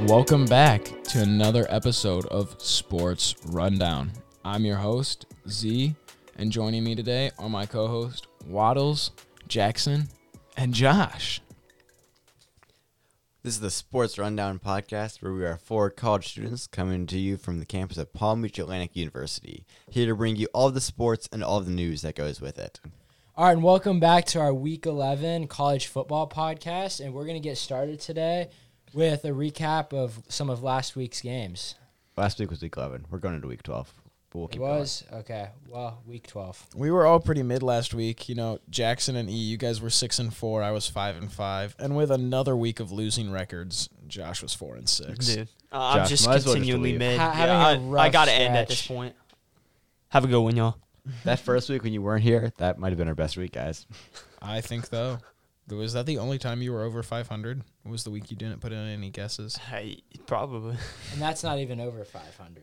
Welcome back to another episode of Sports Rundown. I'm your host, Z, and joining me today are my co host, Waddles, Jackson, and Josh. This is the Sports Rundown podcast where we are four college students coming to you from the campus of Palm Beach Atlantic University, here to bring you all the sports and all the news that goes with it. All right, and welcome back to our Week 11 College Football Podcast. And we're going to get started today with a recap of some of last week's games. Last week was week 11. We're going into week 12, but we'll It keep was, okay, well, Week 12. We were all pretty mid last week. You know, Jackson and E, you guys were six and four. I was five and five. And with another week of losing records, Josh was four and six. Dude, uh, I'm Josh, just might as well just continually leave. mid. Ha- Yeah, having a I, I rough gotta end at stretch. this point. Have a good one, y'all. going. That first week when you weren't here, that might have been our best week, guys. I think, though. Was that the only time you were over 500? Was the week you didn't put in any guesses? Hey, probably. And that's not even over 500.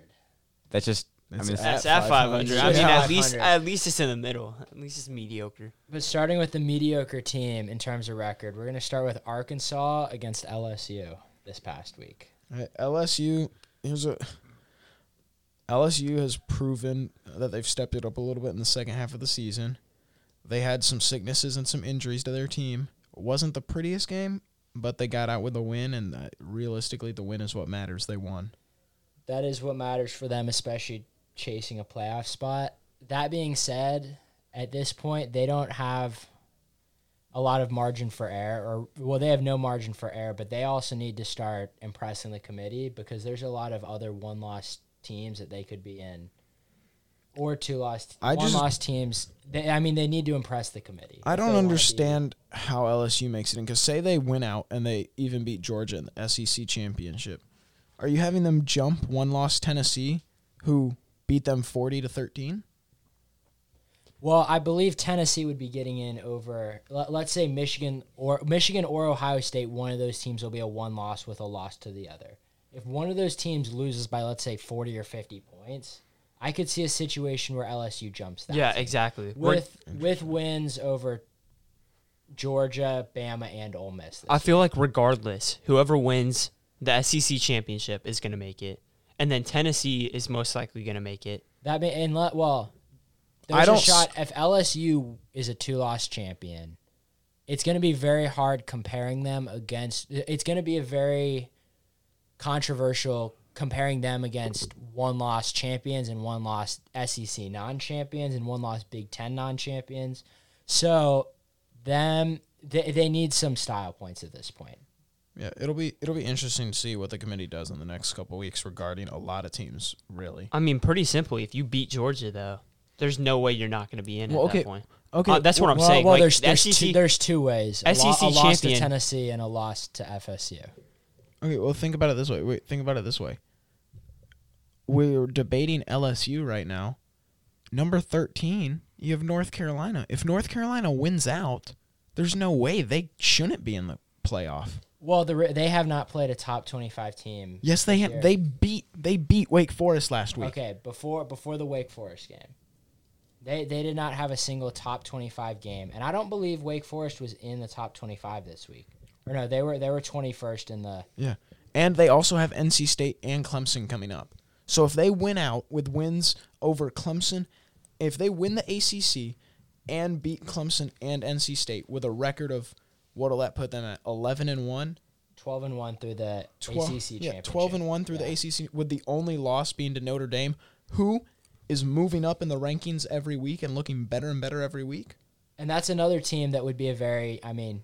That's just, I It's mean, it's- at- That's at 500. I mean, at 500. least at least it's in the middle. At least it's mediocre. But starting with the mediocre team in terms of record, we're going to start with Arkansas against LSU this past week. Uh, LSU, here's a LSU has proven that they've stepped it up a little bit in the second half of the season. They had some sicknesses and some injuries to their team. It wasn't the prettiest game, but they got out with a win, and uh, realistically, the win is what matters. They won. that is what matters for them, especially chasing a playoff spot. That being said, at this point, they don't have a lot of margin for error, or well, they have no margin for error, but they also need to start impressing the committee because there's a lot of other one loss teams that they could be in. Or two lost, I one just- lost teams. They, I mean, they need to impress the committee. I if they don't wanna be- understand how LSU makes it in because say they win out and they even beat Georgia in the SEC championship. Are you having them jump one loss Tennessee, who beat them forty to thirteen? Well, I believe Tennessee would be getting in over let, let's say Michigan or Michigan or Ohio State, one of those teams will be a one loss with a loss to the other. If one of those teams loses by let's say 40 or 50 points, I could see a situation where LSU jumps that. yeah, exactly. We're- With with wins over Georgia, Bama and Ole Miss. this I feel like regardless, whoever wins the SEC championship is gonna make it, and then Tennessee is most likely gonna make it. That may, and let, well, I there's don't a s- shot. If LSU is a two-loss champion, it's going to be very hard comparing them against. It's going to be a very controversial comparing them against one-loss champions and one-loss SEC non-champions and one-loss Big Ten non-champions. So them, they, they need some style points at this point. Yeah, it'll be it'll be interesting to see what the committee does in the next couple weeks regarding a lot of teams. Really, I mean, pretty simple. If you beat Georgia, though, there's no way you're not gonna be in Well, at okay, that point. okay, Uh, that's what I'm well, saying. well, like, there's the E there's, SEC two, there's two ways: a, lo- SEC a loss to E champion. Tennessee and a loss to FSU. Okay, well, think about it this way. Wait, think about it this way. We're debating LSU right now. Number 13, you have North Carolina. If North Carolina wins out, there's no way they shouldn't be in the playoff. Well, the, Ra- they have not played a top twenty-five team. Yes, they ha- year. they beat they beat Wake Forest last week. Okay, before before the Wake Forest game, they they did not have a single top twenty-five game, and I don't believe Wake Forest was in the top twenty-five this week. Or no, they were they were twenty-first in the. Yeah. And they also have NC State and Clemson coming up. So if they win out with wins over Clemson, if they win the ACC and beat Clemson and NC State with a record of what'll that put them at 11 and 1? 12 and 1 through the Twelve- ACC yeah, championship. 12 and 1 through Yeah. the ACC with the only loss being to Notre Dame, who is moving up in the rankings every week and looking better and better every week. And that's another team that would be a very, I mean,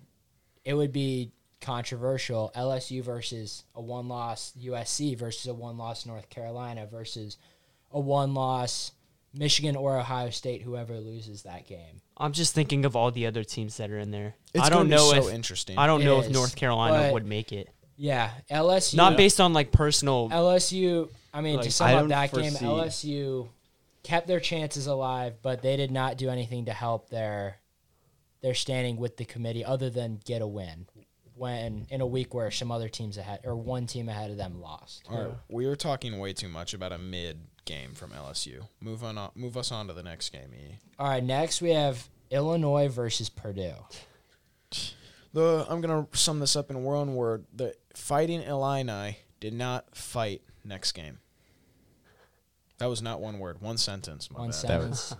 it would be controversial. LSU versus a one loss USC versus a one loss North Carolina versus a one loss Michigan or Ohio State, whoever loses that game. I'm just thinking of all the other teams that are in there. It's I don't gonna know be so if interesting. I don't It know is, if North Carolina but- would make it. Yeah. LSU. Not based on like personal. LSU, I mean, to Like, sum I up don't that game, foresee- LSU kept their chances alive, but they did not do anything to help their their standing with the committee other than get a win when in a week where some other teams ahead or one team ahead of them lost. All right, we were talking way too much about a mid game from LSU. Move on, move us on to the next game. E. All right, next we have Illinois versus Purdue. The I'm gonna sum this up in one word: the Fighting Illini did not fight next game. That was not one word, one sentence. My One bad. sentence.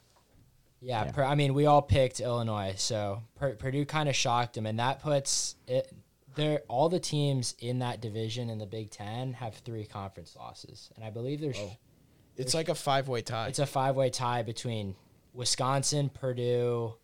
yeah, Yeah. Per, I mean, we all picked Illinois, so per, Purdue kind of shocked them, and that puts it. There, all the teams in that division in the Big Ten have three conference losses, and I believe there's Oh. It's like a five-way tie. it's a five way tie between Wisconsin, Purdue,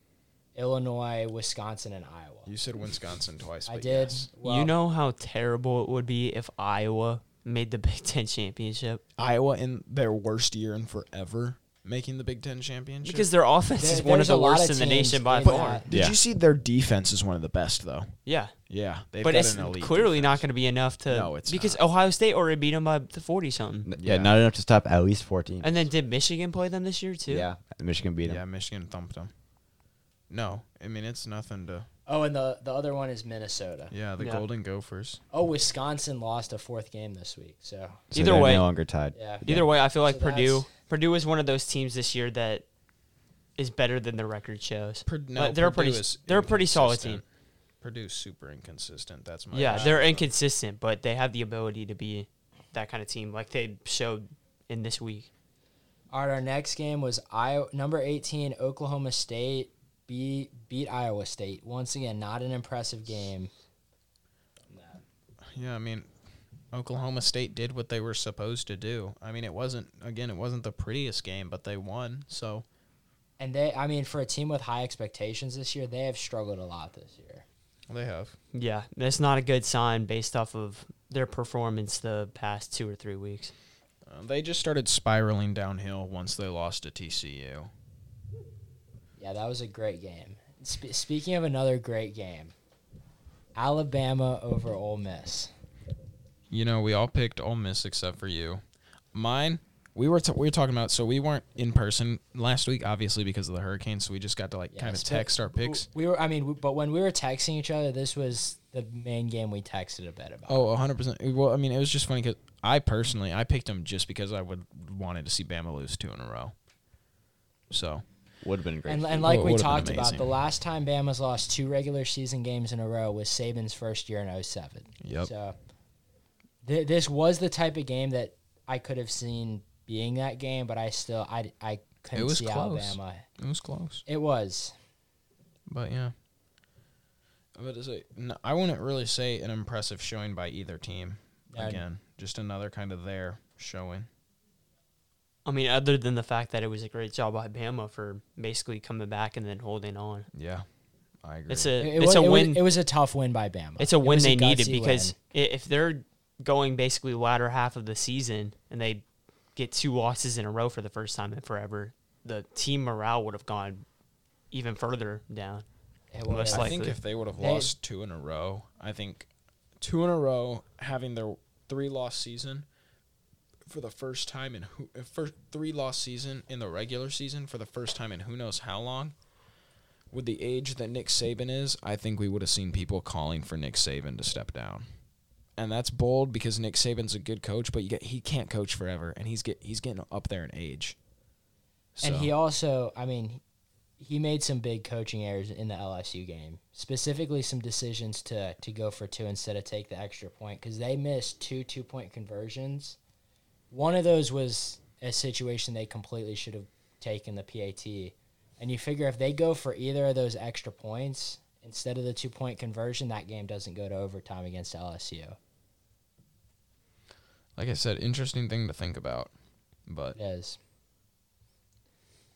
Illinois, Wisconsin, and Iowa. you said Wisconsin twice. I but did. yes. Well, you know how terrible it would be if Iowa made the Big Ten championship Iowa in their worst year in forever making the Big Ten championship. because their offense There- is one there's of a the lot of worst in the teams nation by in but far. did Yeah. you see their defense is one of the best though? Yeah, Yeah, they've but got it's an elite clearly defense. not going to be enough to. No, it's because not. Ohio State already beat them by the forty something. N- Yeah, Yeah. not enough to stop at least fourteen. And then did Michigan play them this year too? yeah, Michigan beat them. Yeah, Michigan thumped them. No, I mean it's nothing to. oh, and the the other one is Minnesota. Yeah, the Yeah. Golden Gophers. Oh, Wisconsin lost a fourth game this week, so So Either they're way- no longer tied. yeah. Either way, I feel like So Purdue. that's- Purdue is one of those teams this year that is better than the record shows. Pur- But no, they're a Purdue pretty. is They're a pretty solid team. inconsistent. Purdue's super inconsistent. That's my Yeah, issue. they're inconsistent, but they have the ability to be that kind of team, like they showed in this week. All right, our next game was Iowa, number 18, Oklahoma State beat, beat Iowa State. Once again, not an impressive game. Yeah, I mean, Oklahoma State did what they were supposed to do. I mean, it wasn't again, it wasn't the prettiest game, but they won. So And they, I mean, for a team with high expectations this year, they have struggled a lot this year. they have. Yeah, that's not a good sign based off of their performance the past two or three weeks. Uh, they just started spiraling downhill once they lost to TCU. Yeah, that was a great game. Spe- speaking of another great game, Alabama over Ole Miss. You know, we all picked Ole Miss except for you. Mine, we were t- we were talking about. So we weren't in person last week, obviously because of the hurricane. So we just got to like Yeah, kind of spe- text our picks. We were, I mean, we, but when we were texting each other, this was the main game we texted a bit about. Oh, 100 percent. Well, I mean, it was just funny because I personally I picked them just because I would wanted to see Bama lose two in a row. So Would have been great. And, if and you- like Well, it we would've been talked about, amazing. the last time Bama's lost two regular season games in a row was Saban's first year in 07. Yep. So th- this was the type of game that I could have seen being that game, but I still I, I couldn't It was see close. Alabama. it was close. It was. But yeah. But is it, no, I wouldn't really say an impressive showing by either team. Yeah. Again, just another kind of their showing. I mean, other than the fact that it was a great job by Bama for basically coming back and then holding on. Yeah, I agree. It's a It, it's was, a it was- win. it was a tough win by Bama. it's a It win was they needed gutsy because win. i if they're going basically latter half of the season and they get two losses in a row for the first time in forever, the team morale would have gone even further down. It was. most I likely. think if they would have They- lost two in a row, I think two in a row having their three loss season for the first time in who first three loss season in the regular season for the first time in who knows how long. With the age that Nick Saban is, I think we would have seen people calling for Nick Saban to step down. And that's bold because Nick Saban's a good coach, but you get, he can't coach forever, and he's get he's getting up there in age. And So- he also, I mean, he made some big coaching errors in the LSU game, specifically some decisions to to go for two instead of take the extra point because they missed two two point conversions. One of those was a situation they completely should have taken the PAT, and you figure if they go for either of those extra points instead of the two point conversion, that game doesn't go to overtime against LSU. like I said, interesting thing to think about. But It is.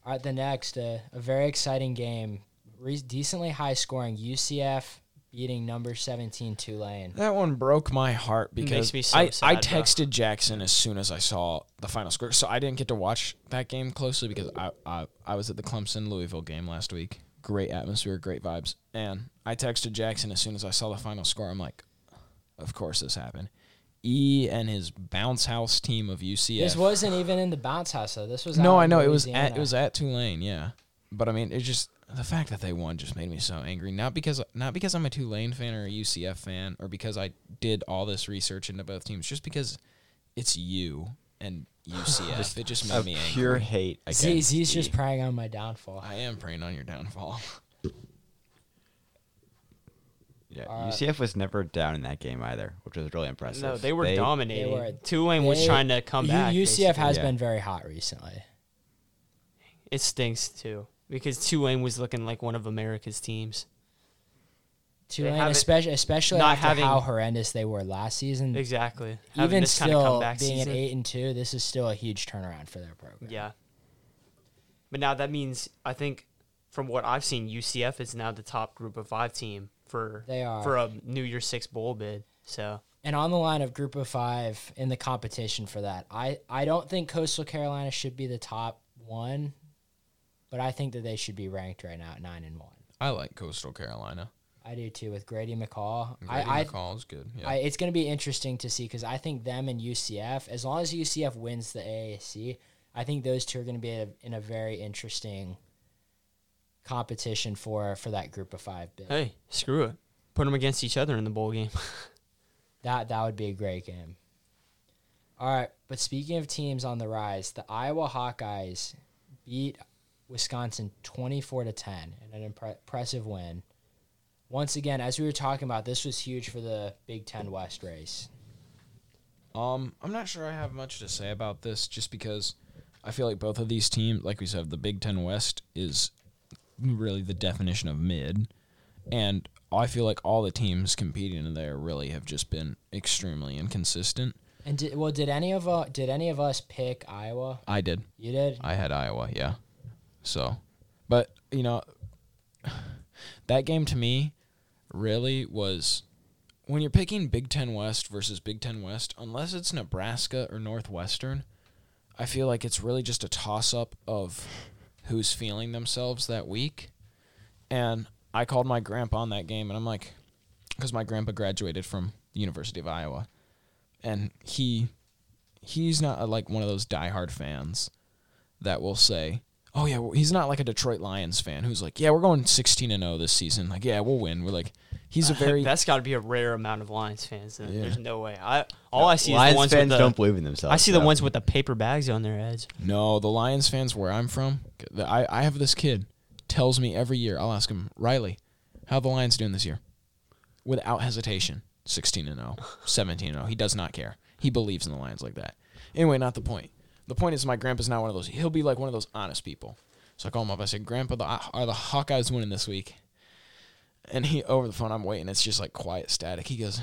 All right, the next, uh, a very exciting game, Re- decently high scoring. UCF beating number 17 Tulane. That one broke my heart makes because me so I, I sad, bro. texted Jackson as soon as I saw the final score. So I didn't get to watch that game closely because I, I, I was at the Clemson Louisville game last week. Great atmosphere, great vibes. And I texted Jackson as soon as I saw the final score. I'm like, of course this happened. E and his bounce house team of UCF. This wasn't even in the bounce house, though. This was no, out I in know it was at Louisiana. it was at Tulane, yeah. But I mean, it just the fact that they won just made me so angry. Not because not because I'm a Tulane fan or a UCF fan or because I did all this research into both teams, just because it's you and UCF. it just made Of me pure angry. hate against. Z, Z's just the- preying on my downfall. I am preying on your downfall. Yeah, Uh, UCF was never down in that game either, which was really impressive. No, they were dominating. they were- Tulane was they- trying to come U- back. UCF has yeah. been very hot recently. basically. It stinks too because Tulane was looking like one of America's teams. Tulane, haven't- especially especially not after having- how horrendous they were last season, Exactly. Having Mm. even this kind still of comeback being season. at eight and two, this is still a huge turnaround for their program. Yeah. But now that means I think from what I've seen, UCF is now the top group of five team for They are. for a New Year's Six bowl bid. So And on the line of group of five in the competition for that, I, I don't think Coastal Carolina should be the top one, but I think that they should be ranked right now at nine and one. I like Coastal Carolina. I do too with Grady McCall. Grady I, I, McCall is good. Yeah. I, it's going to be interesting to see because I think them and UCF, as long as UCF wins the AAC, I think those two are going to be in a very interesting competition for for that group of five bid. hey, screw it. Put them against each other in the bowl game. That that would be a great game. All right, but speaking of teams on the rise, the Iowa Hawkeyes beat Wisconsin 24 to 10 in an impre- impressive win. Once again, as we were talking about, this was huge for the Big 10 West race. Um, I'm not sure I have much to say about this just because I feel like both of these teams, like we said, the Big Ten West is really the definition of mid. And I feel like all the teams competing in there really have just been extremely inconsistent. And did, well, did any of uh, did any of us pick Iowa? I did. You did. I had Iowa, yeah. So, but, you know, that game to me really was when you're picking Big Ten West versus Big Ten West, unless it's Nebraska or Northwestern, I feel like it's really just a toss up of who's feeling themselves that week. And I called my grandpa on that game, and I'm like, because my grandpa graduated from the University of Iowa, and he he's not uh, like one of those diehard fans that will say, "Oh yeah, well, he's not like a Detroit Lions fan who's like, yeah, we're going 16 and 0 this season. Like, yeah, we'll win. We're like, he's a very That's got to be a rare amount of Lions fans. though. Yeah. There's no way. I all I see is Lions the ones fans with the, don't believe in themselves. I see the though. ones with the paper bags on their heads. No, the Lions fans where I'm from, the- I, I have this kid tells me every year, I'll ask him, Riley, how are the Lions doing this year? Without hesitation, 16 and 0, 17 and 0. He does not care. He believes in the Lions like that. Anyway, not the point. The point is my grandpa's not one of those. He'll be like one of those honest people. So I call him up. I said, "Grandpa, the, are the Hawkeyes winning this week?" And he over the phone, I'm waiting. It's just like quiet static. He goes,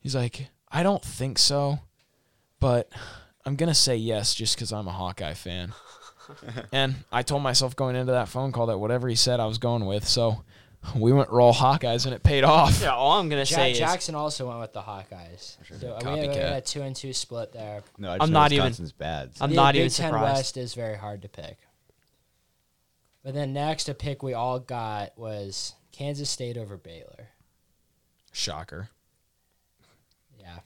He's like, I don't think so, but I'm going to say yes just because I'm a Hawkeye fan. and I told myself going into that phone call that whatever he said, I was going with. So we went roll Hawkeyes and it paid off. Yeah, all I'm gonna Ja- say is Jackson also went with the Hawkeyes. So uh, we have we Copycat. have a two and two split there. No, I I'm am not not even- Wisconsin's bad. I'm the not Big even Ten surprised. West is very hard to pick. But then next, a pick we all got was Kansas State over Baylor. Shocker. Yeah.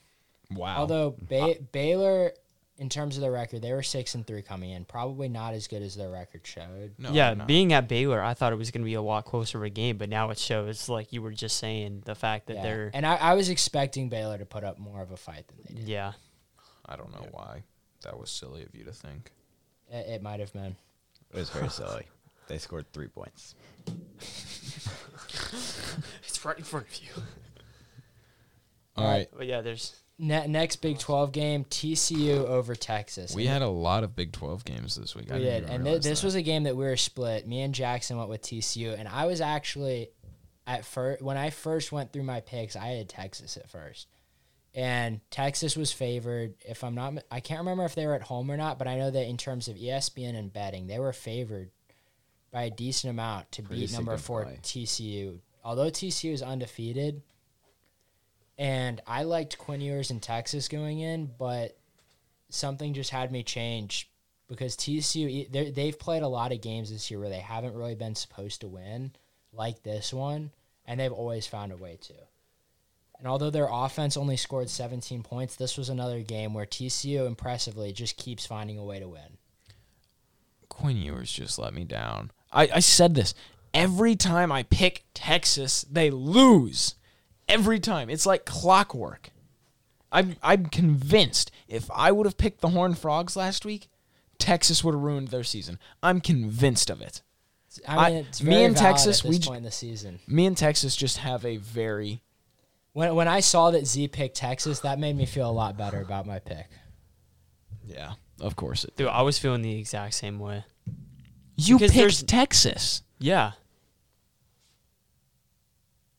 Wow. Although Uh, ba- Baylor, in terms of their record, they were six and three coming in. Probably not as good as their record showed. no, yeah, they're not. being at Baylor, I thought it was going to be a lot closer of a game, but now it shows, like you were just saying, the fact that Yeah. they're. And I, I was expecting Baylor to put up more of a fight than they did. yeah. I don't know why. That was silly of you to think. It, it might have been. It was very silly. They scored three points. It's right in front of you. All right. But yeah, there's. Ne- next Big Twelve game, TCU over Texas. We had a lot of Big 12 games this week. I We didn't did, even and thi- realize this that. was a game that we were split. Me and Jackson went with TCU, and I was actually at first when I first went through my picks, I had Texas at first, and Texas was favored. If I'm not, mi- I can't remember if they were at home or not, but I know that in terms of E ESPN and betting, they were favored by a decent amount to Pretty beat number four significantly. TCU. Although TCU is undefeated, and I liked Quinn Ewers in Texas going in, but something just had me change because TCU e- they're- they've played a lot of games this year where they haven't really been supposed to win, like this one, and they've always found a way to. And although their offense only scored 17 points, this was another game where TCU impressively just keeps finding a way to win. Quinn Ewers just let me down. I, I said this. Every time I pick Texas, they lose. Every time. It's like clockwork. I'm I'm convinced if I would have picked the Horned Frogs last week, Texas would have ruined their season. I'm convinced of it. I mean, I- it's me very and valid Texas, at we this j- point in the season. Me and Texas just have a very When when I saw that Z picked Texas, that made me feel a lot better about my pick. yeah. Of course it. Dude, I was feeling the exact same way. You Because there's- picked Texas. Yeah.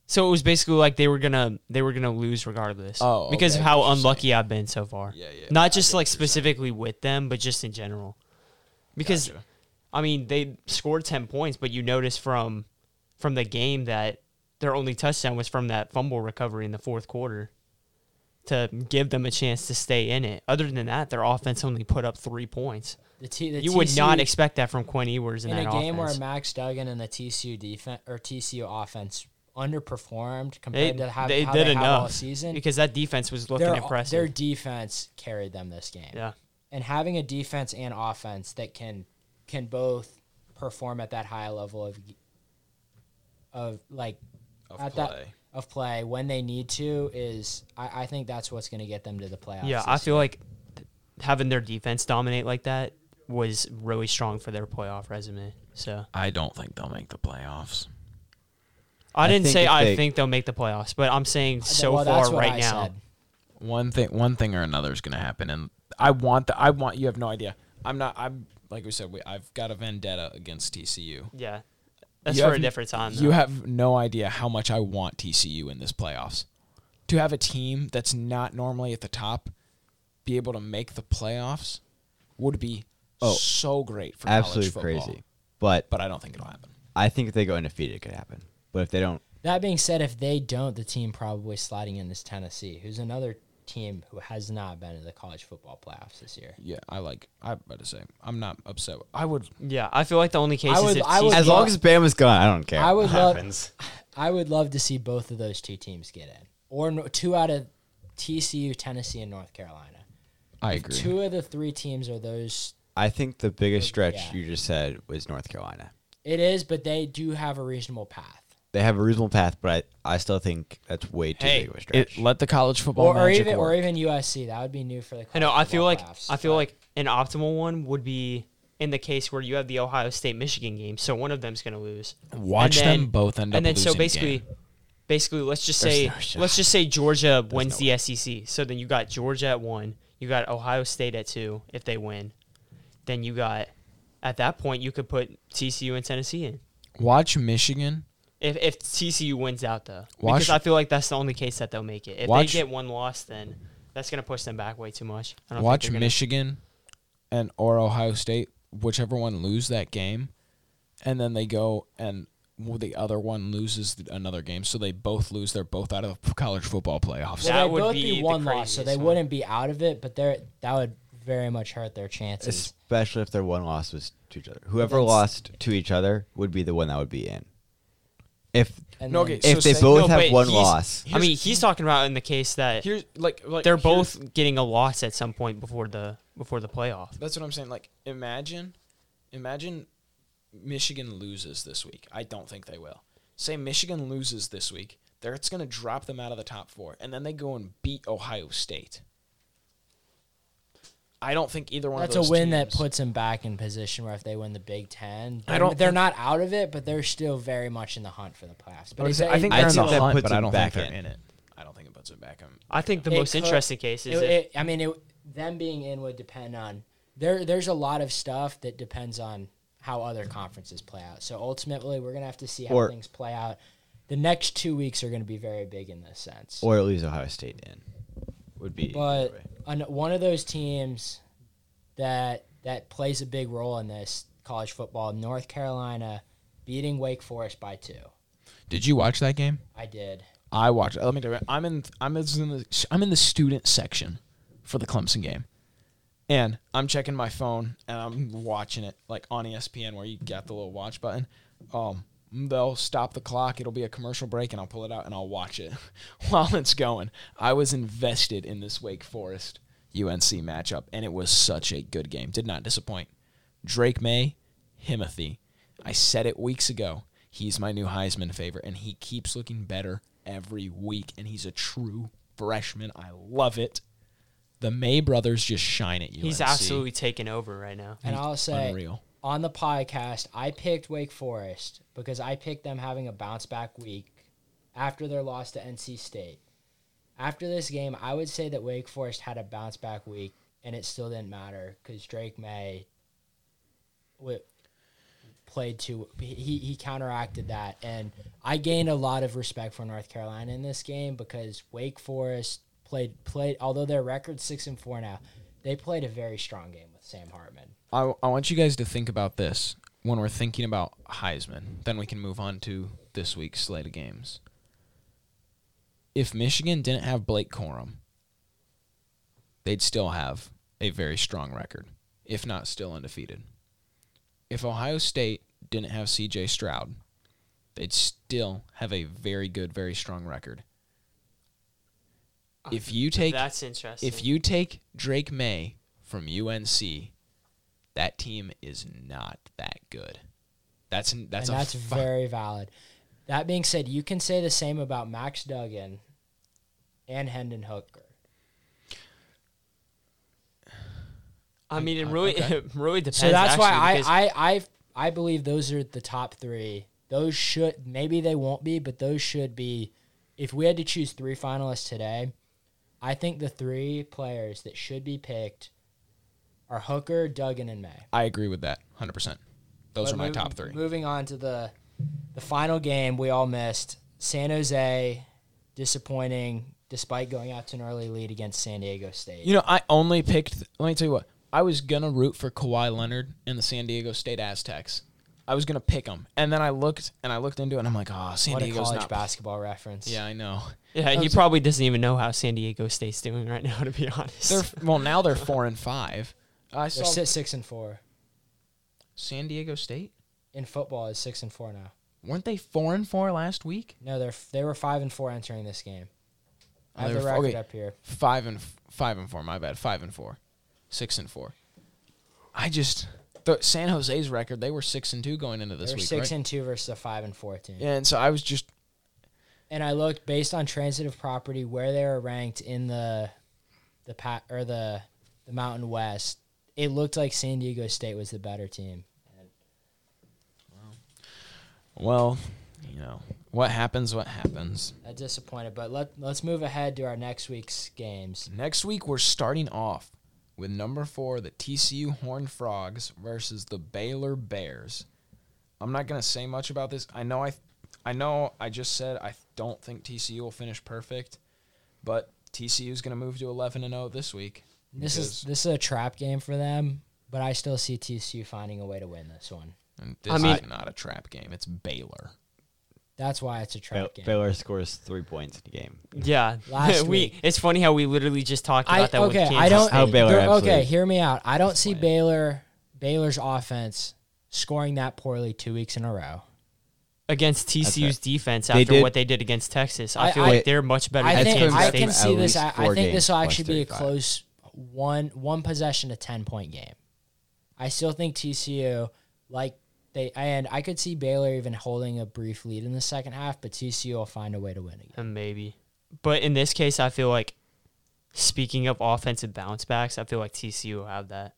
So it was basically like they were gonna they were gonna lose regardless. Oh, because of okay, how interesting. unlucky I've been so far. Yeah, yeah, I Not just get what like you're saying. specifically with them, but just in general. Because Gotcha. I mean, they scored ten points, but you notice from from the game that their only touchdown was from that fumble recovery in the fourth quarter to give them a chance to stay in it. Other than that, their offense only put up three points. The T, the you would not TCU expect that from Quinn Ewers in, in a that game where offense. Max Duggan and the TCU defense or TCU offense underperformed compared to how how they have all season. because that defense was looking Their, impressive. their defense carried them this game. yeah, and having a defense and offense that can can both perform at that high level of of like Of at that play. of play when they need to is I, I think that's what's going to get them to the playoffs. yeah. this I feel like th- having their defense dominate like that was really strong for their playoff resume. So I don't think they'll make the playoffs. I, I didn't think say if I they- think they'll make the playoffs, but I'm saying year. so Well, far that's what right I now. said. one thing one thing or another is going to happen and i want the i want you have no idea i'm not i'm like we said we, i've got a vendetta against tcu Yeah, that's You for have- a different time. you though. have no idea how much i want tcu in this playoffs to have a team that's not normally at the top be able to make the playoffs would be Oh, so great for college Absolutely football. crazy. But but i don't think it'll happen I think if they go undefeated, it could happen. But if they don't, That being said, if they don't, the team probably sliding in is Tennessee, who's another team who has not been in the college football playoffs this year. yeah i like i'm about to say i'm not upset i would yeah, I feel like the only case I is would- if I would TCU as long as Bama's gone, I don't care. I would what love- happens. I would love to see both of those two teams get in, or no, two out of TCU, Tennessee, and North Carolina. i agree Two of the three teams are those. I think the biggest stretch yeah. you just said was North Carolina. It is, but they do have a reasonable path. They have a reasonable path, but I, I still think that's way too Hey, big of a stretch. it, let the college football Or, or magic even or work. even USC. That would be new for the. I know. I college feel football like playoffs, I feel but like an optimal one would be in the case where you have the Ohio State Michigan game, so one of them's going to lose. Watch And then- them both end up And then so losing a basically, game. basically, let's just There's say no shot. let's just say Georgia wins the SEC. So then you got Georgia at one, you got Ohio State at two if they win, then you got at that point you could put TCU and Tennessee in. watch Michigan. If, if TCU wins out though, Wash- because I feel like that's the only case that they'll make it. If Watch- they get one loss, then that's going to push them back way too much. I don't Watch think they're gonna- Michigan and or Ohio State, whichever one lose that game, and then they go and well, the other one loses th- another game, so they both lose. They're both out of the college football playoffs. well, Yeah. that they'd would both be the one loss, so they craziest one. wouldn't be out of it. But they're that would very much hurt their chances. Especially if their one loss was to each other. Whoever that's- lost to each other would be the one that would be in. If And No, then- okay, if So they say- both No, have but one he's- loss, I mean, he's talking about in the case that Here's like, like they're here's- both getting a loss at some point before the before the playoff. That's what I'm saying. Like imagine, imagine Michigan loses this week. I don't think they will. Say Michigan loses this week, they're it's gonna drop them out of the top four, and then they go and beat Ohio State. I don't think either one. that's a of those win that teams- puts them back in position where if they win the Big Ten, I they're- don't They're think- not out of it, but they're still very much in the hunt for the playoffs. But I, if say, they- I think I they're in think the that hunt, puts but I it don't back think they're in. in. it. I don't think it puts it back in. I think the It most could- interesting case is it- if, it- I mean, it, them being in would depend on there. There's a lot of stuff that depends on how other conferences play out. So ultimately, we're gonna have to see how Or- things play out. The next two weeks are gonna be very big in this sense. or at least Ohio State in, would be. but an, one of those teams that that plays a big role in this college football, North Carolina, beating Wake Forest by two. Did you watch that game? I did. I watched. Let me. tell you, I'm in. I'm in the. I'm in the student section for the Clemson game, and I'm checking my phone and I'm watching it like on E ESPN where you got the little watch button. Um, they'll stop the clock. It'll be a commercial break, and I'll pull it out and I'll watch it while it's going. I was invested in this Wake Forest UNC matchup, and it was such a good game. Did not disappoint. Drake May, Himothy. I said it weeks ago. He's my new Heisman favorite, and he keeps looking better every week. And he's a true freshman. I love it. The May brothers just shine at you. he's absolutely taken over right now. And I'll say, unreal. on the podcast, I picked Wake Forest because I picked them having a bounce back week after their loss to NC State. After this game, I would say that Wake Forest had a bounce back week, and it still didn't matter because Drake May w- played too. He he counteracted that, and I gained a lot of respect for North Carolina in this game because Wake Forest played played. Although their record six and four now, they played a very strong game with Sam Hartman. I, I want you guys to think about this when we're thinking about Heisman. Then we can move on to this week's slate of games. If Michigan didn't have Blake Corum, they'd still have a very strong record, if not still undefeated. If Ohio State didn't have CJ Stroud, they'd still have a very good, very strong record. If you take That's interesting. if you take Drake May from UNC, that team is not that good. That's that's and a that's fu- very valid. That being said, you can say the same about Max Duggan and Hendon Hooker. I mean, Oh, it really, okay. it really depends. So that's why actually, because- I, I I I believe those are the top three. Those should maybe they won't be, but those should be. If we had to choose three finalists today, I think the three players that should be picked are Hooker, Duggan, and May. I agree with that 100%. Those But are my mov- top 3. Moving on to the the final game we all missed. San Jose, disappointing despite going out to an early lead against San Diego State. You know, I only picked let me tell you what. I was going to root for Kawhi Leonard and the San Diego State Aztecs. I was going to pick them. And then I looked and I looked into it and I'm like, "Oh, San what a Diego's college not basketball reference. Yeah, I know. yeah, he probably doesn't even know how San Diego State's doing right now. To be honest, They're well, now they're 4 and 5. I They're saw six, six and four. San Diego State. In football is six and four now. Weren't they 4 and 4 last week? No, they're f- they were five and four entering this game. I Oh, have they the were f- record okay. up here. five and f- five and four. My bad. Five and four, six and four. I just the, San Jose's record. They were six and two going into this They're week, six right? and two versus a five and four team. yeah, and so I was just And I looked based on transitive property where they were ranked in the the pat or the the Mountain West. It looked like San Diego State was the better team. well, you know what happens. What happens That disappointed, but let let's move ahead to our next week's games. next week? We're starting off with number four, the TCU Horned Frogs versus the Baylor Bears. I'm not gonna say much about this. I know I, I know I just said I don't think TCU will finish perfect, but TCU is gonna move to 11 and 0 this week. This because- is this is a trap game for them, but I still see TCU finding a way to win this one. And this I mean- is not a trap game. It's Baylor. That's why it's a Ba- trap game. Baylor scores three points in the game. yeah, Last we. week. It's funny how we literally just talked about I, that. with okay, Kansas I don't. State. How Baylor there- okay, absolutely hear me out. I don't see Baylor Baylor's offense scoring that poorly two weeks in a row. against TCU's defense after did- what they did against Texas. I, I- feel I- like they're much better. I than think Kansas I State. can At see this. least I, I four think this will games plus actually be a 35. close one one possession to ten point game. I still think TCU like they and I could see Baylor even holding a brief lead in the second half, but TCU will find a way to win again. Uh, maybe, but in this case, I feel like speaking of offensive bounce backs, I feel like TCU will have that.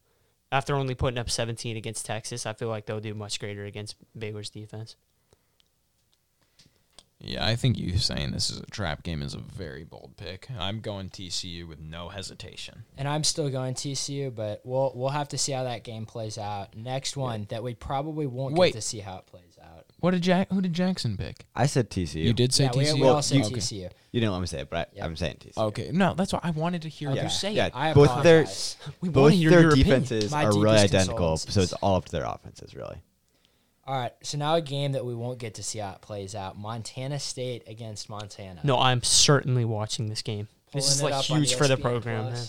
After only putting up 17 against Texas, I feel like they'll do much greater against Baylor's defense. Yeah, I think you saying this is a trap game is a very bold pick. I'm going TCU with no hesitation. And I'm still going TCU, but we'll we'll have to see how that game plays out. Next one that we probably won't Wait. get to see how it plays out. What did Jack? Who did Jackson pick? I said TCU. You did say yeah, we, TCU. we all said okay. TCU. You didn't let me say it, but I, Yeah. Oh, I'm saying TCU. Okay, no, that's why I wanted to hear Okay. you say Yeah, it. I both their apologize. We wanna both hear their your opinion. defenses My are really deepest identical, so condolences. it's all up to their offenses, really. All right, so now a game that we won't get to see how it plays out: Montana State against Montana. No, I'm certainly watching this game. Pulling this is it like up on E huge for the ESPN+. program. Man.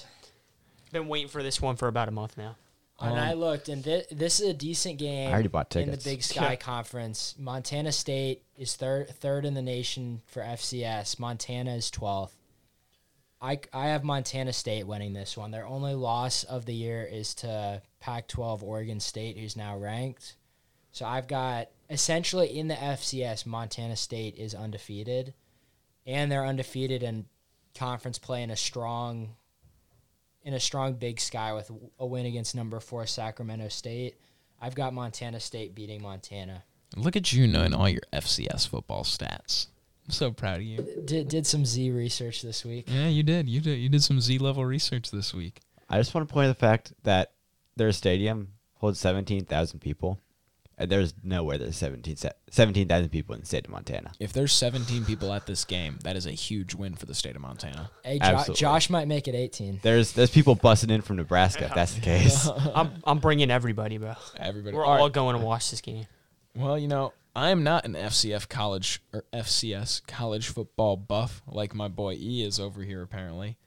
Been waiting for this one for about a month now. And Um, I looked, and thi- this is a decent game. I already bought in the tickets. Big Sky Yeah. Conference. Montana State is third third in the nation for FCS. Montana is twelfth. I, I have Montana State winning this one. Their only loss of the year is to Pac-12 Oregon State, who's now ranked. So I've got essentially in the FCS, Montana State is undefeated, and they're undefeated in conference play in a strong in a strong Big Sky with a win against number four Sacramento State. I've got Montana State beating Montana. Look at you knowing all your FCS football stats. I'm so proud of you. Did did some Z research this week. Yeah, you did. You did. You did some Z level research this week. I just want to point out the fact that their stadium holds 17,000 people, and there's nowhere there's 17 se- 17,000 people in the state of Montana. If there's 17 people at this game, that is a huge win for the state of Montana. Hey, jo- Absolutely. Josh might make it 18. There's there's people busting in from Nebraska if that's the case. I'm I'm bringing everybody, bro. Everybody. We're All right. all going to watch this game. Well, you know, I'm not an FCF college or FCS college football buff like my boy E is over here. Apparently,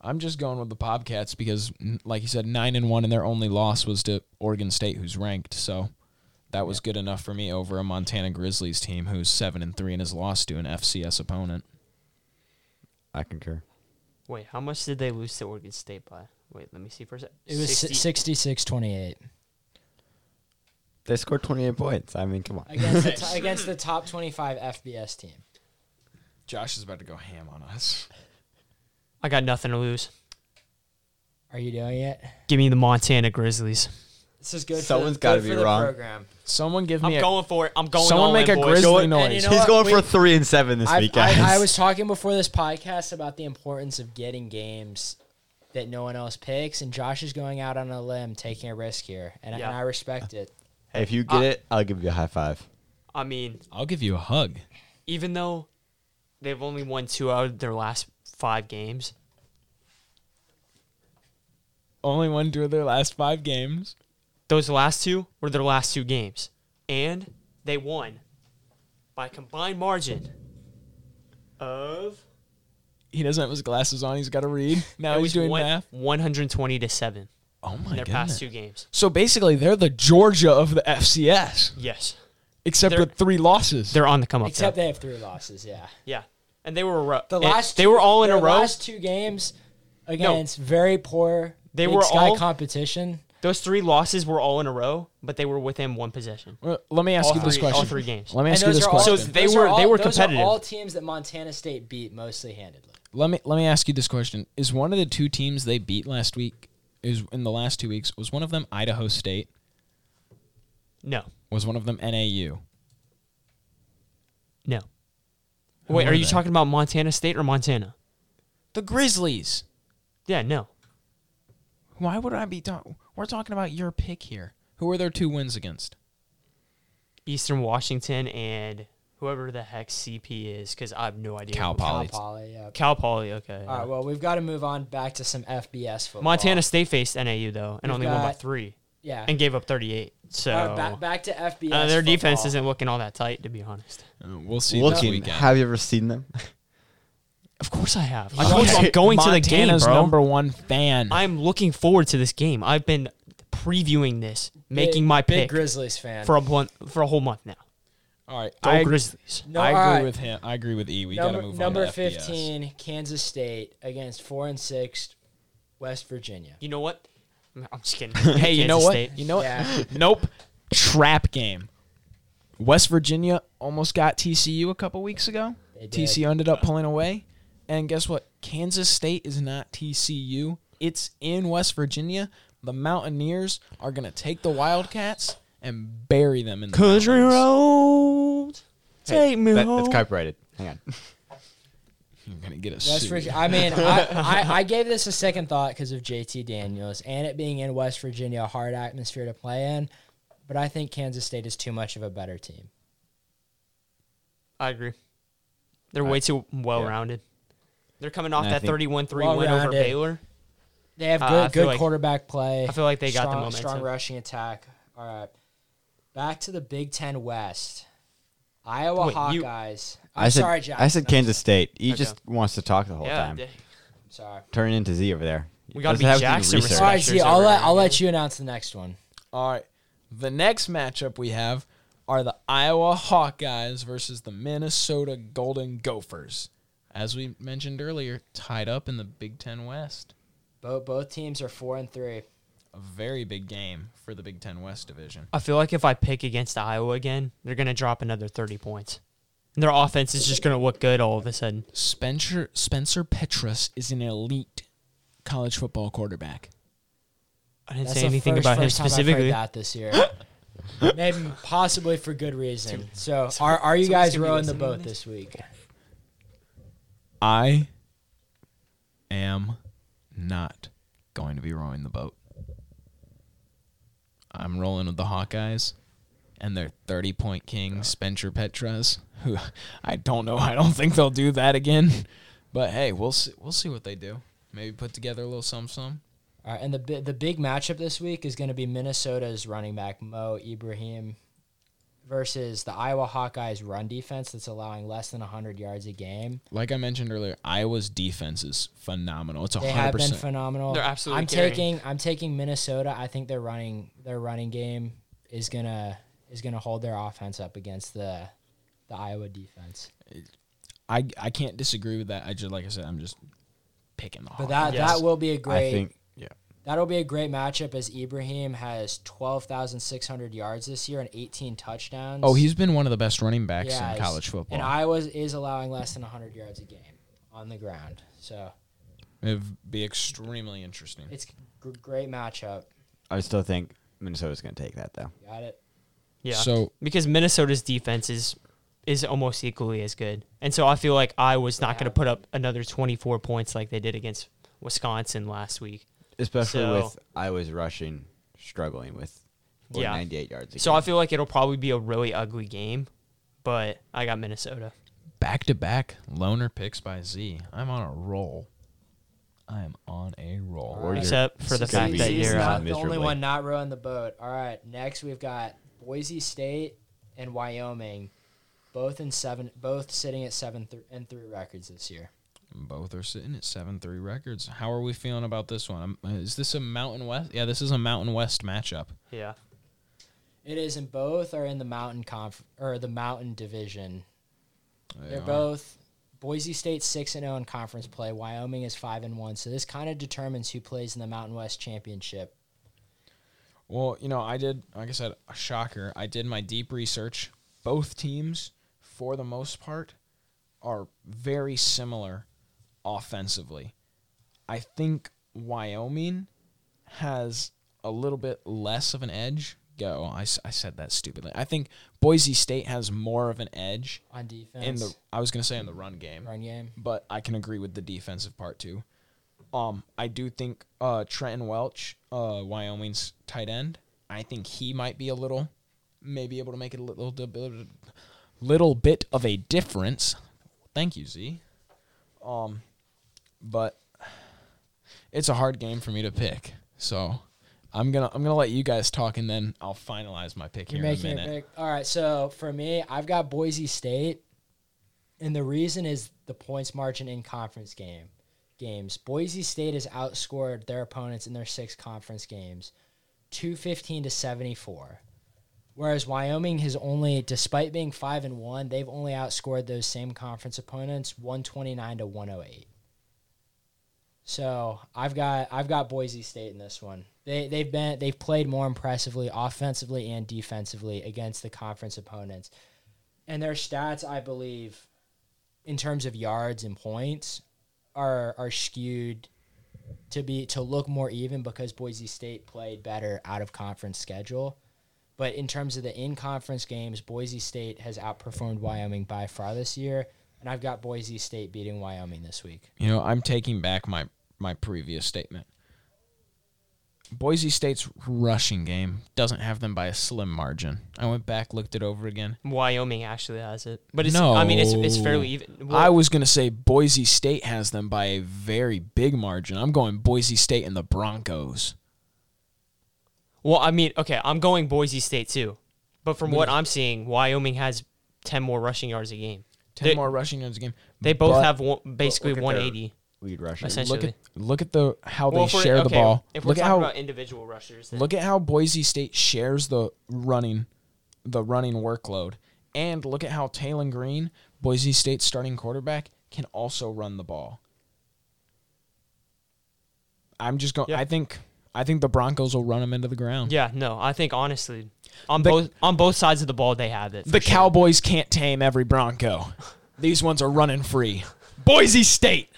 I'm just going with the Bobcats because, n- like you said, nine and one, and their only loss was to Oregon State, who's ranked. So that was good enough for me over a Montana Grizzlies team who's seven and three and has lost to an FCS opponent. I concur. Wait, how much did they lose to Oregon State by? Wait, let me see for a second. It was 66 28. They scored 28 points. I mean, come on. Against the, to- against the top 25 FBS team. Josh is about to go ham on us. I got nothing to lose. Are you doing it? Give me the Montana Grizzlies. This is good. Someone's got gotta to be wrong. Program. Someone give I'm me a, going for it. I'm going. someone all make a in, boys. grizzly And you noise. know He's what? going for We- three and seven this I've- week, guys. I, I was talking before this podcast about the importance of getting games that no one else picks, and Josh is going out on a limb, taking a risk here, and, and Yeah. I respect it. if you get it, I'll give you a high five. I mean, I'll give you a hug. even though they've only won two out of their last five games, Only won two of their last five games. those last two were their last two games, and they won by a combined margin of. He doesn't have his glasses on. He's got to read. Now it he's was doing one- math. 120 to 7 Oh my in their goodness. past two games. So basically, they're the Georgia of the FCS, Yes. except They're- with three losses. They're on the come up. Except though. they have three losses. Yeah, yeah. And they were a ro- the and last they two- were all in a their row. Last two games against very poor. They Big were Sky all- competition. Those three losses were all in a row, but they were within one possession. Well, Uh, Let me ask All you this three- question. all three games. Let me And ask you those this are all- So question. th- they those were- are all, they were those competitive. Are all teams that Montana State beat mostly handedly. let me let me ask you this question. Is one of the two teams they beat last week? Is in the last two weeks? Was one of them Idaho State? No. Was one of them NAU? No. Wait, were are you they? talking about Montana State or Montana? The Grizzlies. Yeah, no. Why would I be talking? We're talking about your pick here. Who are their two wins against? Eastern Washington and whoever the heck CP is, because I have no idea. Cal Cal Poly. Poly. Yeah. Cal Poly, okay. All right. Well, we've got to move on back to some FBS football. Montana State faced NAU, though, and We've only won by got- three Yeah. and gave up 38. So All right, back, back to FBS. uh, their defense football. isn't looking all that tight, to be honest. Uh, we'll see this Looking, weekend. have you ever seen them? Of course I have. Okay. I told you I'm going to the game, Montana's bro. number one fan. I'm looking forward to this game. I've been previewing this, making Big- my big pick Grizzlies fan. for a month, for a whole month now. all right. Go I, Grizzlies. No, I agree all right. with him. I agree with E. We got number to move number on. to FBS. fifteen, Kansas State against four and six, West Virginia. You know what? I'm just kidding. Hey, you know Kansas what? State. You know what? Yeah. nope. Trap game. West Virginia almost got TCU a couple weeks ago. They did. TCU ended up pulling away. And guess what? Kansas State is not TCU. It's in West Virginia. The Mountaineers are going to take the Wildcats and bury them in the Country mountains. road, Hey, take me that- home. that's copyrighted. Hang on. You're going to get us. West sued. Virginia. I mean, I, I, I gave this a second thought because of JT Daniels and it being in West Virginia, a hard atmosphere to play in. But I think Kansas State is too much of a better team. I agree. They're way too well-rounded. They're coming off And I that think- 31-3 win over Well-rounded. Baylor. They have Uh, good, I feel good like- quarterback play. I feel like they got the strong, momentum. Strong rushing attack. All right. Back to the Big Ten West. Iowa Wait, you- Hawkeyes. I'm I said, sorry, Jack. I said Kansas State. He just wants to talk the whole Yeah, time. they- I'm sorry. Turn into Z over there. We gotta Doesn't be have to do Jackson research. All right, Z, Specters I'll over let, there, I'll yeah. let you announce the next one. All right. The next matchup we have are the Iowa Hawkeyes versus the Minnesota Golden Gophers. As we mentioned earlier, tied up in the Big Ten West. Both both teams are four and three. A very big game for the Big Ten West division. I feel like if I pick against Iowa again, they're going to drop another 30 points. And their offense is just going to look good all of a sudden. Spencer Spencer Petrus is an elite college football quarterback. I didn't That's say the anything first- about him first time I've heard specifically. that this year. and possibly for good reason. So, are are you somebody's guys gonna be rowing the listening to boat this? this week? I am not going to be rowing the boat. I'm rolling with the Hawkeyes and their 30 point king, Spencer Petras, who I don't know. I don't think they'll do that again. But hey, we'll see, we'll see what they do. Maybe put together a little sum sum. All right, and the bi- the big matchup this week is going to be Minnesota's running back Mo Ibrahim versus the Iowa Hawkeyes run defense that's allowing less than 100 yards a game. Like I mentioned earlier, Iowa's defense is phenomenal. It's 100%. They have been phenomenal. They're absolutely I'm carrying. taking I'm taking Minnesota. I think their running their running game is going to is going to hold their offense up against the the Iowa defense. I, I can't disagree with that. I just, like I said, I'm just picking the But Hawkeyes. that Yes. that will be a great I think yeah. That'll be a great matchup as Ibrahim has 12,600 yards this year and 18 touchdowns. Oh, he's been one of the best running backs Yeah, in he's- college football. And Iowa is allowing less than 100 yards a game on the ground. So It'd be extremely interesting. it's g- great matchup. I still think Minnesota's going to take that though. Got it? Yeah. So because Minnesota's defense is is almost equally as good. And so I feel like Iowa's not going to put up another 24 points like they did against Wisconsin last week. Especially So- with Iowa's rushing struggling with for Yeah. 98 yards. A So game. I feel like it'll probably be a really ugly game, but I got Minnesota. back to back loner picks by Z. I'm on a roll. I am on a roll. Alright. Right. Except for the It's gonna fact be that easy. He's you're not uh, the only miserably. one not rowing the boat. All right, next we've got Boise State and Wyoming, both in seven, both sitting at seven th- and three records this year. Both are sitting at seven three records. How are we feeling about this one? Um, Is this a Mountain West? Yeah, this is a Mountain West matchup. yeah. It is, and both are in the Mountain Conf or the Mountain Division. They They're are- both Boise State six and zero in conference play. Wyoming is five and one. So this kind of determines who plays in the Mountain West Championship. Well, you know, I did, like I said, a shocker. I did my deep research. Both teams, for the most part, are very similar offensively. I think Wyoming has a little bit less of an edge. Go, I, s- I said that stupidly. I think Boise State has more of an edge On defense, in the. I was gonna say in the run game run game, but I can agree with the defensive part too. Um, I do think uh, Trenton Welch, uh, Wyoming's tight end, I think he might be a little, maybe able to make it a little, di- bit- little bit of a difference. Thank you, Z. Um, but it's a hard game for me to pick, so I'm gonna I'm gonna let you guys talk, and then I'll finalize my pick you're here in a making minute. it big. All right, so for me, I've got Boise State, and the reason is the points margin in conference game games. Boise State has outscored their opponents in their six conference games, two fifteen to seventy four. Whereas Wyoming has only, despite being five and one, they've only outscored those same conference opponents one twenty nine to one hundred eight. So I've got I've got Boise State in this one. They they've been they've played more impressively offensively and defensively against the conference opponents, and their stats I believe, in terms of yards and points, are are skewed to be to look more even because Boise State played better out of conference schedule. But in terms of the in conference games, Boise State has outperformed Wyoming by far this year, and I've got Boise State beating Wyoming this week. You know, I'm taking back my my previous statement. Boise State's rushing game doesn't have them by a slim margin. I went back, looked it over again. Wyoming actually has it. But it's I mean it's it's fairly even. I Well, was going to say Boise State has them by a very big margin. I'm going Boise State and the Broncos. well, I mean, okay, I'm going Boise State too. But from what I'm seeing, Wyoming has 10 more rushing yards a game. 10 They- more rushing yards a game. They both But have one, basically look at their- 180 lead rusher. essentially. look at look at the how they Well, if we're- share the okay, ball. If we're Look at talking how about individual rushers, then Look at how Boise State shares the running, the running workload, and look at how Taylon Green, Boise State's starting quarterback, can also run the ball. I'm just going. Yeah. I think. I think the Broncos will run him into the ground. yeah, no, I think honestly, on The- both on both sides of the ball, they have it. for the sure. Cowboys can't tame every Bronco. These ones are running free. Boise State.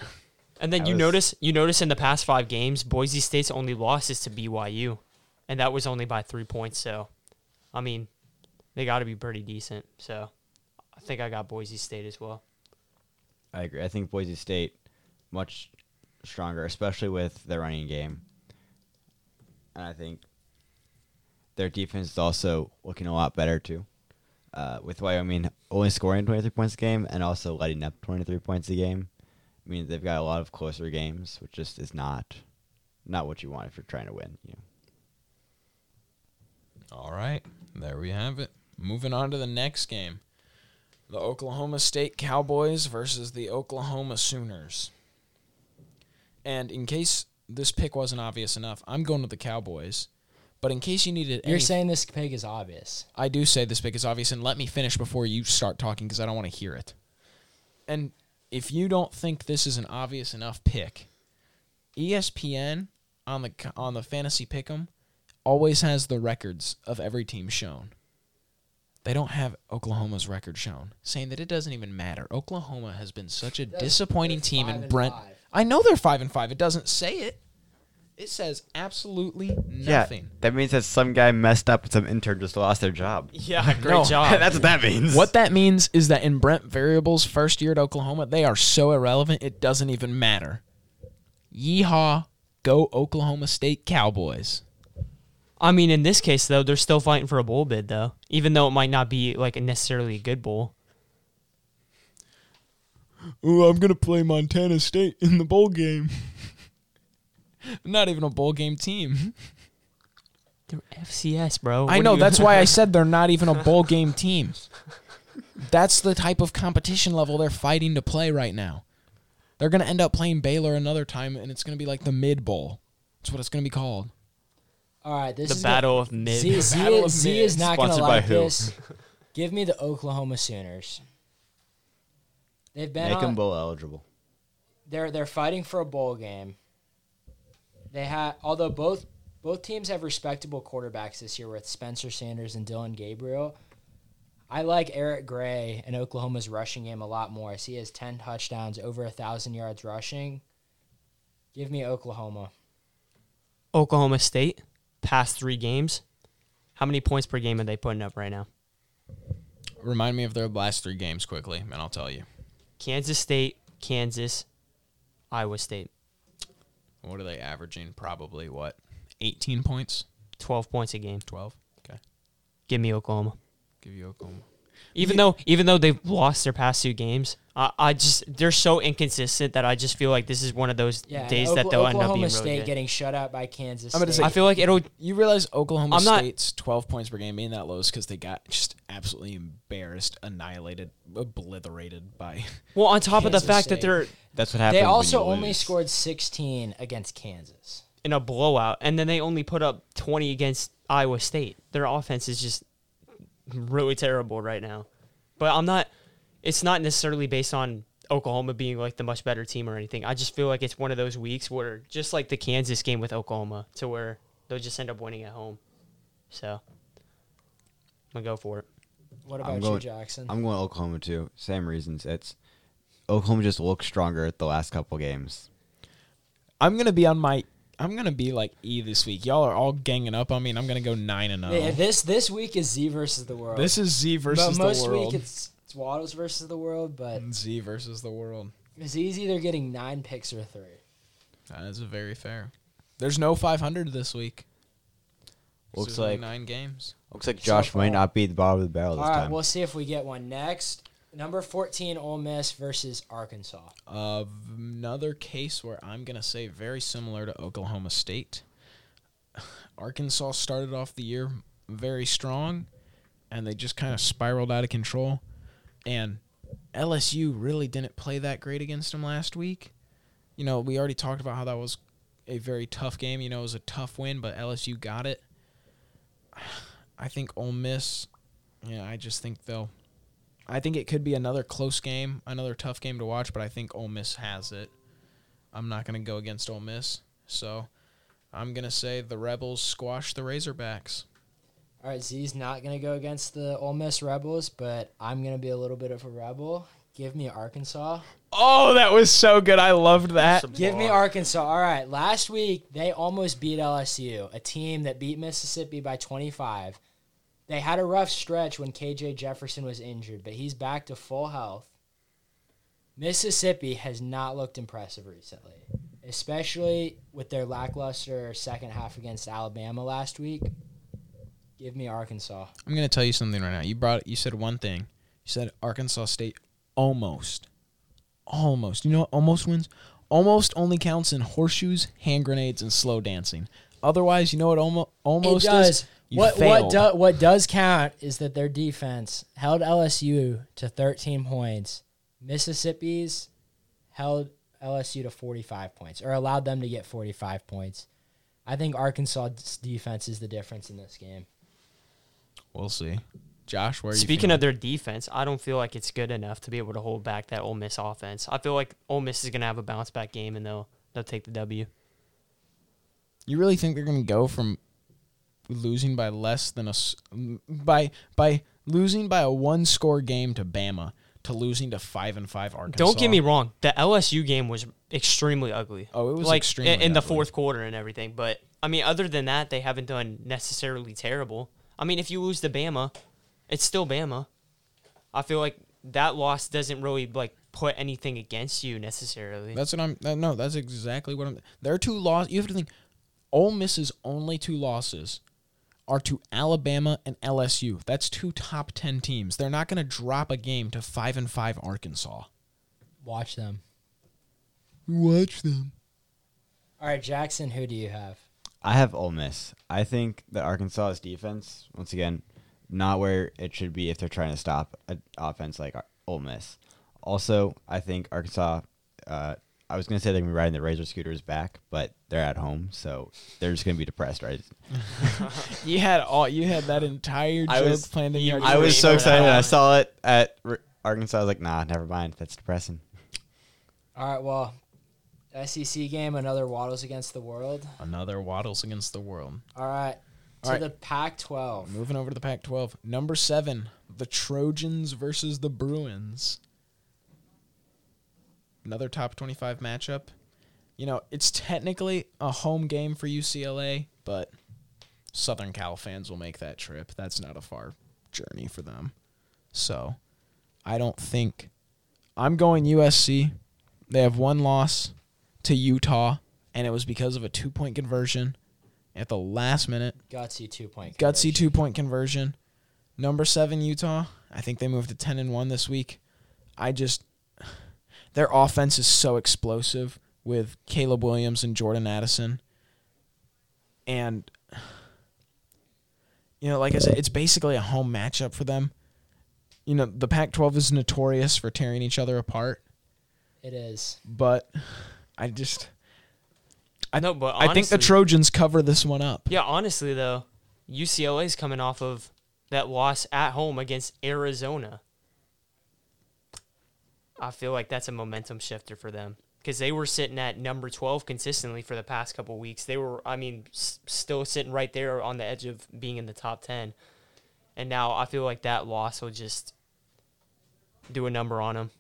and then I you was- notice you notice in the past five games, Boise State's only loss is to BYU, and that was only by three points. So I mean, they got to be pretty decent. So I think I got Boise State as well. I agree. I think Boise State much stronger, especially with their running game. And I think their defense is also looking a lot better too. Uh, with Wyoming only scoring 23 points a game and also letting up 23 points a game, I mean they've got a lot of closer games, which just is not not what you want if you're trying to win. You know. All right. There we have it. Moving on to the next game the Oklahoma State Cowboys versus the Oklahoma Sooners. And in case this pick wasn't obvious enough, I'm going with the Cowboys. But in case you needed You're any- saying this pig is obvious. I do say this pick is obvious, and let me finish before you start talking because I don't want to hear it. And if you don't think this is an obvious enough pick, E ESPN on the on the fantasy pick'em always has the records of every team shown. They don't have Oklahoma's record shown, saying that it doesn't even matter. Oklahoma has been such a disappointing they're team, five and and Brent. five. I know they're five and five. It doesn't say it. It says absolutely nothing. that means that some guy messed up and some intern just lost their job. Yeah, great No. job. what that means. What that means is that in Brent Variable's first year at Oklahoma, they are so irrelevant it doesn't even matter. Yeehaw, go Oklahoma State Cowboys. I mean, in this case though, they're still fighting for a bowl bid though, even though it might not be like a necessarily a good bowl. Ooh, I'm gonna play Montana State in the bowl game. Not even a bowl game team. They're FCS, bro. I What know do you- that's why I said they're not even a bowl game team. That's the type of competition level they're fighting to play right now. They're going to end up playing Baylor another time and it's going to be like the mid bowl. That's what it's going to be called. All right, this the is battle of mid. Z, Z, Battle of Z Mid. is not going to Sponsored by like who? this. Give me the Oklahoma Sooners. They've been Make on, them bowl eligible. they're they're fighting for a bowl game. They had although both both teams have respectable quarterbacks this year with Spencer Sanders and Dylan Gabriel. I like Eric Gray and Oklahoma's rushing game a lot more. I see he has ten touchdowns, over a thousand yards rushing. Give me Oklahoma. Oklahoma State past three games. How many points per game are they putting up right now? Remind me of their last three games quickly, and I'll tell you. Kansas State, Kansas, Iowa State, What are they averaging? Probably what? 18 points? twelve points a game. 12? Okay. Give me Oklahoma. Give you Oklahoma. Even though even though they've lost their past two games, I, I just they're so inconsistent that I just feel like this is one of those Yeah, and days Okla- that they'll Oklahoma end up being State really good. getting shut out by Kansas. I'm gonna State. I feel like it'll You realize Oklahoma I'm not- State's 12 points per game being that low is because they got just absolutely embarrassed, annihilated, obliterated by. well on top of Kansas the fact State. that they're That's what happens. they when also you only lose. scored 16 against Kansas. in a blowout and then they only put up twenty against Iowa State. Their offense is just really terrible right now. But I'm not it's not necessarily based on Oklahoma being like the much better team or anything. I just feel like it's one of those weeks where just like the Kansas game with Oklahoma to where they'll just end up winning at home. So I'm gonna go for it. What I'm about you, going- Jackson? I'm going Oklahoma too. Same reasons. It's Oklahoma just looks stronger at the last couple games. I'm going to be on my. I'm going to be like E this week. Y'all are all ganging up on me, and I'm going to go 9 and 0. Yeah, this this week is Z versus the world. This is Z versus but most the world. Mm. week it's, it's Waddles versus the world, but Z versus the world. Z's either getting nine picks or three. That is very fair. There's no 500 this week. So Looks there's only like nine games. looks like Josh might far. not be at the bottom of the barrel All this right, time. we'll see if we get one next. Number fourteen, Ole Miss versus Arkansas. of another case where I'm going to say very similar to Oklahoma State. Arkansas started off the year very strong and they just kind of spiraled out of control. And LSU really didn't play that great against them last week. You know, we already talked about how that was a very tough game. You know, it was a tough win, but LSU got it. I think Ole Miss, yeah, I just think they'll I think it could be another close game, another tough game to watch, but I think Ole Miss has it. I'm not going to go against Ole Miss, so I'm going to say the Rebels squash the Razorbacks. All right, Z's not gonna go against the Ole Miss Rebels, but I'm gonna be a little bit of a rebel. Give me Arkansas. Oh, that was so good. I loved that. Uh, Give me Arkansas. All right. Last week, they almost beat LSU, a team that beat Mississippi by 25. They had a rough stretch when KJ Jefferson was injured, but he's back to full health. Mississippi has not looked impressive recently, especially with their lackluster second half against Alabama last week. Give me Arkansas. I'm gonna tell you something right now. You brought you said one thing. You said Arkansas State almost, almost. You know what almost wins? Almost only counts in horseshoes, hand grenades, and slow dancing. Otherwise, you know what almost almost it does. is? You what failed. what do, what does count is that their defense held LSU to 13 points. Mississippi's held LSU to 45 points or allowed them to get 45 points. I think Arkansas's defense is the difference in this game. We'll see. Josh, where are you? Speaking feeling? of their defense, I don't feel like it's good enough to be able to hold back that Ole Miss offense. I feel like Ole Miss is going to have a bounce back game and they'll they'll take the W. you really think they're gonna go from losing by less than a s- by by losing by a one score game to Bama to losing to five and five Arkansas? Don't get me wrong, the LSU game was extremely ugly. Oh, it was like extremely in, in the ugly. fourth quarter and everything. But I mean, other than that, they haven't done necessarily terrible. I mean, if you lose to Bama, it's still Bama. I feel like that loss doesn't really like put anything against you necessarily. That's what I'm. uh, No, that's exactly what I'm. Their two loss. You have to think. Ole Miss's only two losses are to Alabama and LSU. That's two top ten teams. They're not going to drop a game to five and five Arkansas. Watch them. Watch them. All right, Jackson, who do you have? I have Ole Miss. I think that Arkansas's defense, once again, not where it should be if they're trying to stop an offense like Ar- Ole Miss. Also, I think Arkansas. Uh, I was gonna say they're gonna be riding the Razor scooters back, but they're at home, so they're just gonna be depressed, right? You had all. You had that entire joke I was- planned in your. I was so Yeah. excited when I saw it at R- Arkansas. I was like, nah, never mind. That's depressing. All right, well, SEC game, another Waddles against the world. Another waddles against the world. All right, to All right. the Pac 12. Moving over to the Pac-12, number seven, the Trojans versus the Bruins. Another top twenty-five matchup. You know, it's technically a home game for UCLA, but Southern Cal fans will make that trip. That's not a far journey for them. So, I don't think I'm going USC. They have one loss to Utah, and it was because of a two-point conversion at the last minute Gutsy two gutsy point. conversion. two point conversion. Number seven Utah. I think they moved to ten and one this week. I just their offense is so explosive with Caleb Williams and Jordan Addison, and you know, like I said, it's basically a home matchup for them. You know, the Pac-12 is notorious for tearing each other apart, It is. but I just I know, but I think the honestly- Trojans cover this one up. Yeah, honestly though, UCLA's coming off of that loss at home against Arizona. I feel like that's a momentum shifter for them because they were sitting at number 12 consistently for the past couple weeks. They were I mean s- still sitting right there on the edge of being in the top 10. And now I feel like that loss will just do a number on them.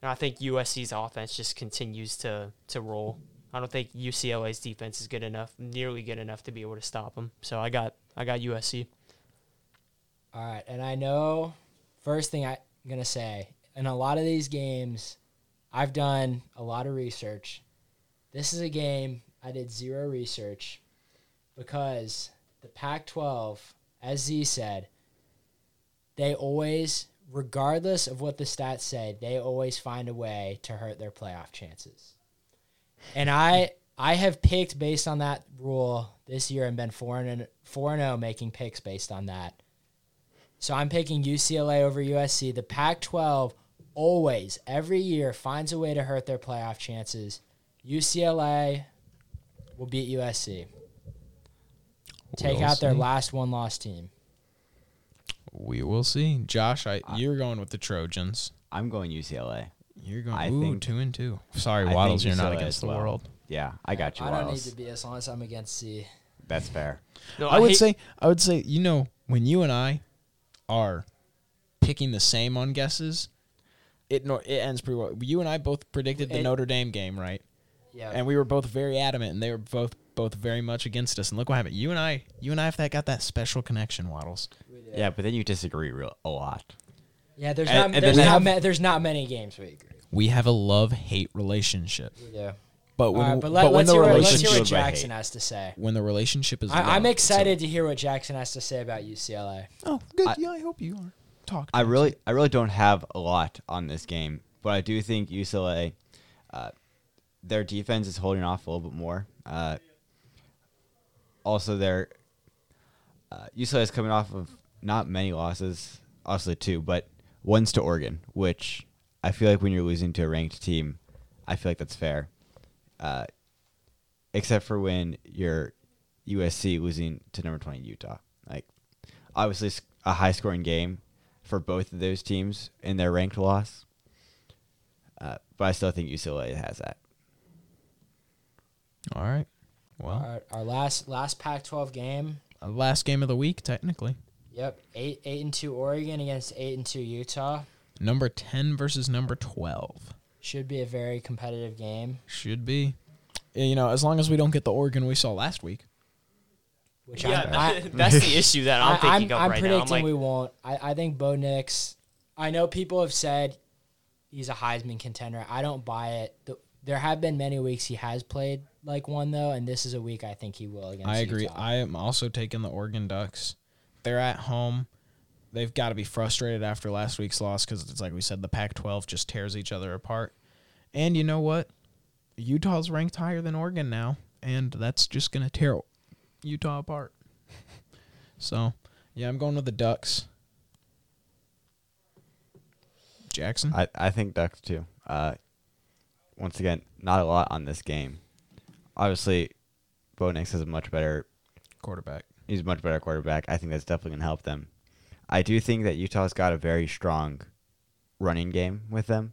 And I think USC's offense just continues to to roll. I don't think UCLA's defense is good enough, nearly good enough to be able to stop them. So I got I got USC. All right, and I know first thing I'm gonna say in a lot of these games, I've done a lot of research. This is a game I did zero research because the Pac-12, as Z said, they always, regardless of what the stats say, they always find a way to hurt their playoff chances. And I I have picked based on that rule this year and been four and four and zero making picks based on that. So I'm picking UCLA over USC. The Pac 12 always, every year, finds a way to hurt their playoff chances. UCLA will beat USC. Take We'll out their see. last one loss team. We will see, Josh. I, you're going with the Trojans. I'm going UCLA. You're going I ooh, think- two and two. Sorry, I think Waddles, you're not UCLA against as the well. world. Yeah, I got you, I don't need Waddles. to be as long as I'm against C. That's fair. No, I, would hate- say I would say, you know, when you and I are picking the same on guesses, it nor- it ends pretty well. You and I both predicted the It- Notre Dame game, right? Yeah. And we were both very adamant and they were both both very much against us. And look what happened. You and I you and I have that got that special connection, Waddles. we do. Yeah. but then you disagree real a lot. Yeah, there's And- not and there's then they not, have- ma- there's not many games we agree. We have a love hate relationship. Yeah. But All when, right, but, let, when let's, the hear, what- let's relationship hear what relationship I Jackson hate. has to say. when the relationship is, I, love, I'm it's a- excited to hear what Jackson has to say about UCLA. oh, good. I- yeah, I hope you are. Talk. I really, I really don't have a lot on this game, but I do think UCLA, uh, their defense is holding off a little bit more. Uh, also, their uh, UCLA is coming off of not many losses, obviously two, but one's to Oregon, which I feel like when you're losing to a ranked team, I feel like that's fair, uh, except for when you're USC losing to number twenty Utah. Like, obviously, it's a high scoring game for both of those teams in their ranked loss, uh, but I still think UCLA has that. All right. Well, Our, our last last Pac-12 game. uh, last game of the week, technically. Yep, eight eight and two Oregon against eight and two Utah Number 10 versus number 12. should be a very competitive game, Should be. Yeah, You know, as long as we don't get the Oregon we saw last week. which Yeah, I, I, that's the issue that I'm I- thinking of I'm right now. predicting I'm like, we won't. I, I think Bo Nix. I know people have said he's a Heisman contender. I don't buy it. The, there have been many weeks he has played like one though, and this is a week I think he will against. I agree. Utah. I am also taking the Oregon Ducks. They're at home. They've got to be frustrated after last week's loss because it's like we said, the Pac 12 just tears each other apart. And you know what? Utah's ranked higher than Oregon now, and that's just going to tear Utah apart. so, yeah, I'm going with the Ducks. Jackson? I, I think Ducks too. Uh, once again, not a lot on this game. Obviously, Bo Nix is a much better. quarterback. He's a much better quarterback. I think that's definitely gonna help them. I do think that Utah's got a very strong running game with them,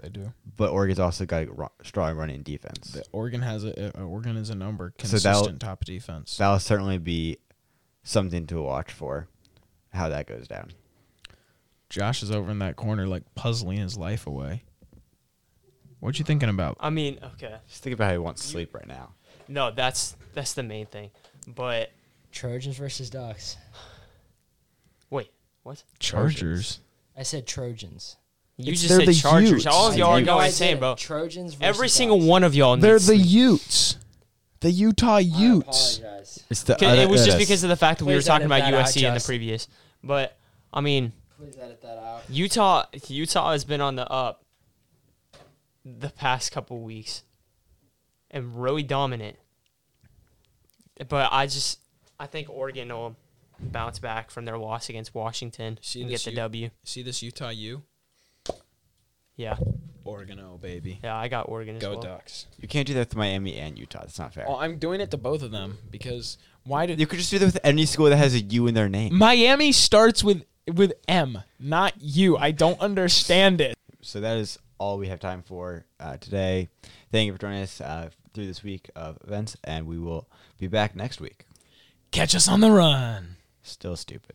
They do. but Oregon's also got a ro- strong running defense. The Oregon has a uh, Oregon is a number So consistent that'll- top defense. That'll certainly be something to watch for, how that goes down. Josh is over in that corner, like puzzling his life away. What you thinking about? I mean, okay, Just think about how he wants to sleep right now. no, that's that's the main thing. But Trojans versus Ducks. wait, what? Chargers. I said Trojans. You It's- just they're said the Chargers. Utes. All of I y'all are know going I insane, did. bro. Trojans versus Every single Ducks. one of y'all. They're needs the sleep. Utes. The Utah Utes. I apologize. It's the 'Cause It was just because of the fact that we were Please talking edit about that out, USC in the Justin. previous. But I mean, Please edit that out. Utah Utah has been on the up the past couple weeks and really dominant. But I just I think Oregon will bounce back from their loss against Washington See and this get the U- W. See this Utah U? Yeah. Oregon O, baby. Yeah, I got Oregon as Go well. Ducks. you can't do that to Miami and Utah. That's not fair. Well, I'm doing it to both of them because why did You could just do that with any school that has a U in their name. Miami starts with with M, not U. I don't understand it. So that is all we have time for uh, today. Thank you for joining us uh, through this week of events, and we will be back next week. Catch us on the run. Still stupid.